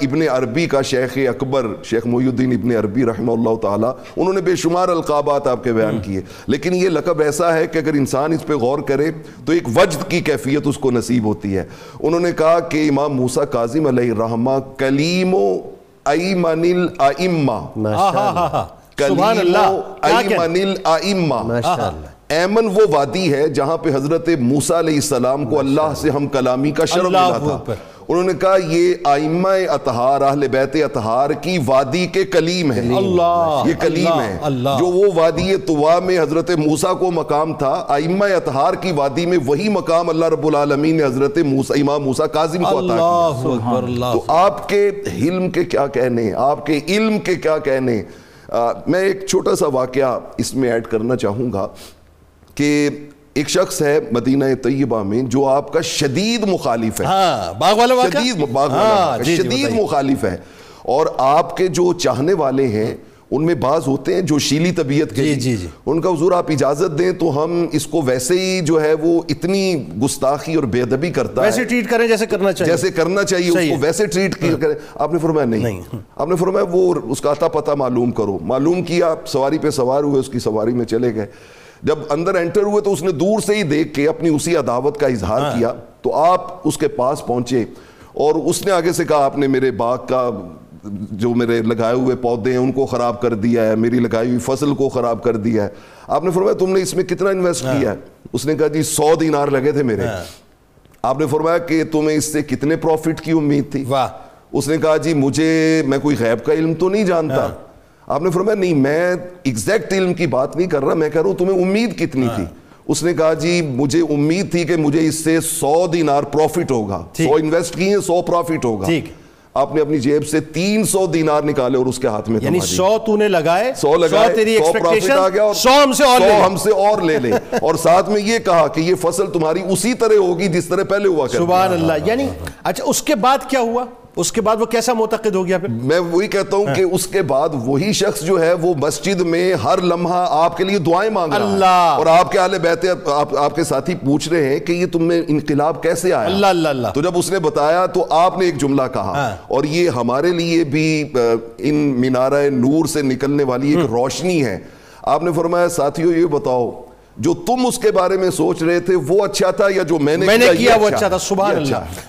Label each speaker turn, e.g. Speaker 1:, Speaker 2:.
Speaker 1: ابن عربی کا شیخ اکبر شیخ محی الدین ابن عربی رحمہ اللہ تعالیٰ انہوں نے بے شمار القابات آپ کے بیان کیے لیکن یہ لقب ایسا ہے کہ اگر انسان اس پہ غور کرے تو ایک وجد کی کیفیت اس کو نصیب ہوتی ہے انہوں نے کہا کہ امام موسیٰ کاظم علیہ الرحمہ کلیم و ایمن الائمہ
Speaker 2: ماشاء اللہ
Speaker 1: کلیم
Speaker 2: سبحان اللہ، کیا کہہ-
Speaker 1: ایمن الائمہ
Speaker 2: ماشاء اللہ
Speaker 1: ایمن وہ وادی ہے جہاں پہ حضرت موسیٰ علیہ السلام کو اللہ سے ہم کلامی کا شرف
Speaker 2: اللہ
Speaker 1: ملا تھا
Speaker 2: اکبر۔
Speaker 1: انہوں نے کہا یہ آئمہ اطہار اہل بیت اطہار کی وادی کے کلیم ہے
Speaker 2: اللہ،
Speaker 1: یہ کلیم
Speaker 2: اللہ،
Speaker 1: ہے
Speaker 2: اللہ۔
Speaker 1: جو وہ وادی طوا میں حضرت موسیٰ کو مقام تھا آئمہ اطہار کی وادی میں وہی مقام اللہ رب العالمین نے حضرت موسیٰ امام موسیٰ کاظم کو عطا کیا
Speaker 2: اللہ اکبر اللہ
Speaker 1: تو آپ کے علم کے کیا کہنے آپ کے علم کے کیا کہنے میں ایک چھوٹا سا واقعہ اس میں ایڈ کرنا چاہوں گا کہ ایک شخص ہے مدینہ طیبہ میں جو آپ کا شدید مخالف ہے
Speaker 2: ہاں باغ والا واقعہ ہاں، جی،
Speaker 1: شدید باغ والا ہے، شدید مخالف ہے اور آپ کے جو چاہنے والے ہیں ان میں بعض ہوتے ہیں جوشیلی طبیعت کے
Speaker 2: جی،
Speaker 1: بھی۔
Speaker 2: جی، جی۔
Speaker 1: ان کا حضور آپ اجازت دیں تو ہم اس کو ویسے ہی جو ہے وہ اتنی گستاخی اور بے ادبی کرتا ہے
Speaker 2: ویسے ٹریٹ کریں جیسے کرنا چاہیے
Speaker 1: جیسے کرنا چاہیے اس کو ویسے ٹریٹ کرے آپ نے فرمایا نہیں آپ نے فرمایا وہ اس کا اتا پتہ معلوم کرو معلوم کیا سواری پہ سوار ہوئے اس کی سواری میں چلے گئے جب اندر انٹر ہوئے تو اس نے دور سے ہی دیکھ کے اپنی اسی عداوت کا اظہار کیا تو آپ اس کے پاس پہنچے اور اس نے آگے سے کہا آپ نے میرے باغ کا جو میرے لگائے ہوئے پودے ہیں ان کو خراب کر دیا ہے میری لگائی ہوئی فصل کو خراب کر دیا ہے آپ نے فرمایا تم نے اس میں کتنا انویسٹ کیا ہے اس نے کہا جی سو دینار لگے تھے میرے
Speaker 2: ہاں۔
Speaker 1: آپ نے فرمایا کہ تمہیں اس سے کتنے پروفٹ کی امید تھی
Speaker 2: واہ
Speaker 1: اس نے کہا جی مجھے میں کوئی غیب کا علم تو نہیں جانتا
Speaker 2: ہاں۔
Speaker 1: آپ نے فرمایا نہیں میں ایگزیکٹ علم کی بات نہیں کر رہا میں کہہ رہا ہوں تمہیں امید کتنی تھی
Speaker 2: ہاں۔
Speaker 1: اس نے کہا جی مجھے امید تھی کہ مجھے اس سے سو دینار پروفٹ ہوگا سو انویسٹ کیے سو پروفٹ ہوگا آپ نے اپنی جیب سے تین سو دینار نکالے اور اس کے ہاتھ میں
Speaker 2: یعنی سو تو نے لگائے
Speaker 1: سو لگائے
Speaker 2: تیری
Speaker 1: سو پروفٹ آ گیا
Speaker 2: ایکسپیکٹیشن
Speaker 1: اور
Speaker 2: سو ہم سے اور لے
Speaker 1: ہم سے اور لے لے اور ساتھ میں یہ کہا کہ یہ فصل تمہاری اسی طرح ہوگی جس طرح پہلے ہوا کرتی
Speaker 2: سبحان اللہ یعنی اچھا اس کے بعد کیا ہوا اس کے بعد وہ کیسا معتقد ہو گیا پھر
Speaker 1: میں وہی کہتا
Speaker 2: ہاں.
Speaker 1: ہوں کہ اس کے بعد وہی شخص جو ہے وہ مسجد میں ہر لمحہ آپ کے لیے دعائیں مانگ رہا ہے
Speaker 2: اللہ
Speaker 1: اور آپ کے اہل بیت آپ آپ کے ساتھی پوچھ رہے ہیں کہ یہ تم میں انقلاب کیسے آیا
Speaker 2: اللہ ہاں. اللہ اللہ
Speaker 1: تو جب اس نے بتایا تو آپ نے ایک جملہ کہا اور یہ ہمارے لیے بھی ان مینارہ نور سے نکلنے والی ایک روشنی ہے آپ نے فرمایا ساتھیو یہ بتاؤ جو تم اس کے بارے میں سوچ رہے تھے وہ اچھا تھا یا جو میں نے
Speaker 2: میں نے
Speaker 1: یہ
Speaker 2: کیا وہ اچھا تھا سبحان
Speaker 1: یہ اچھا
Speaker 2: اللہ
Speaker 1: ہے۔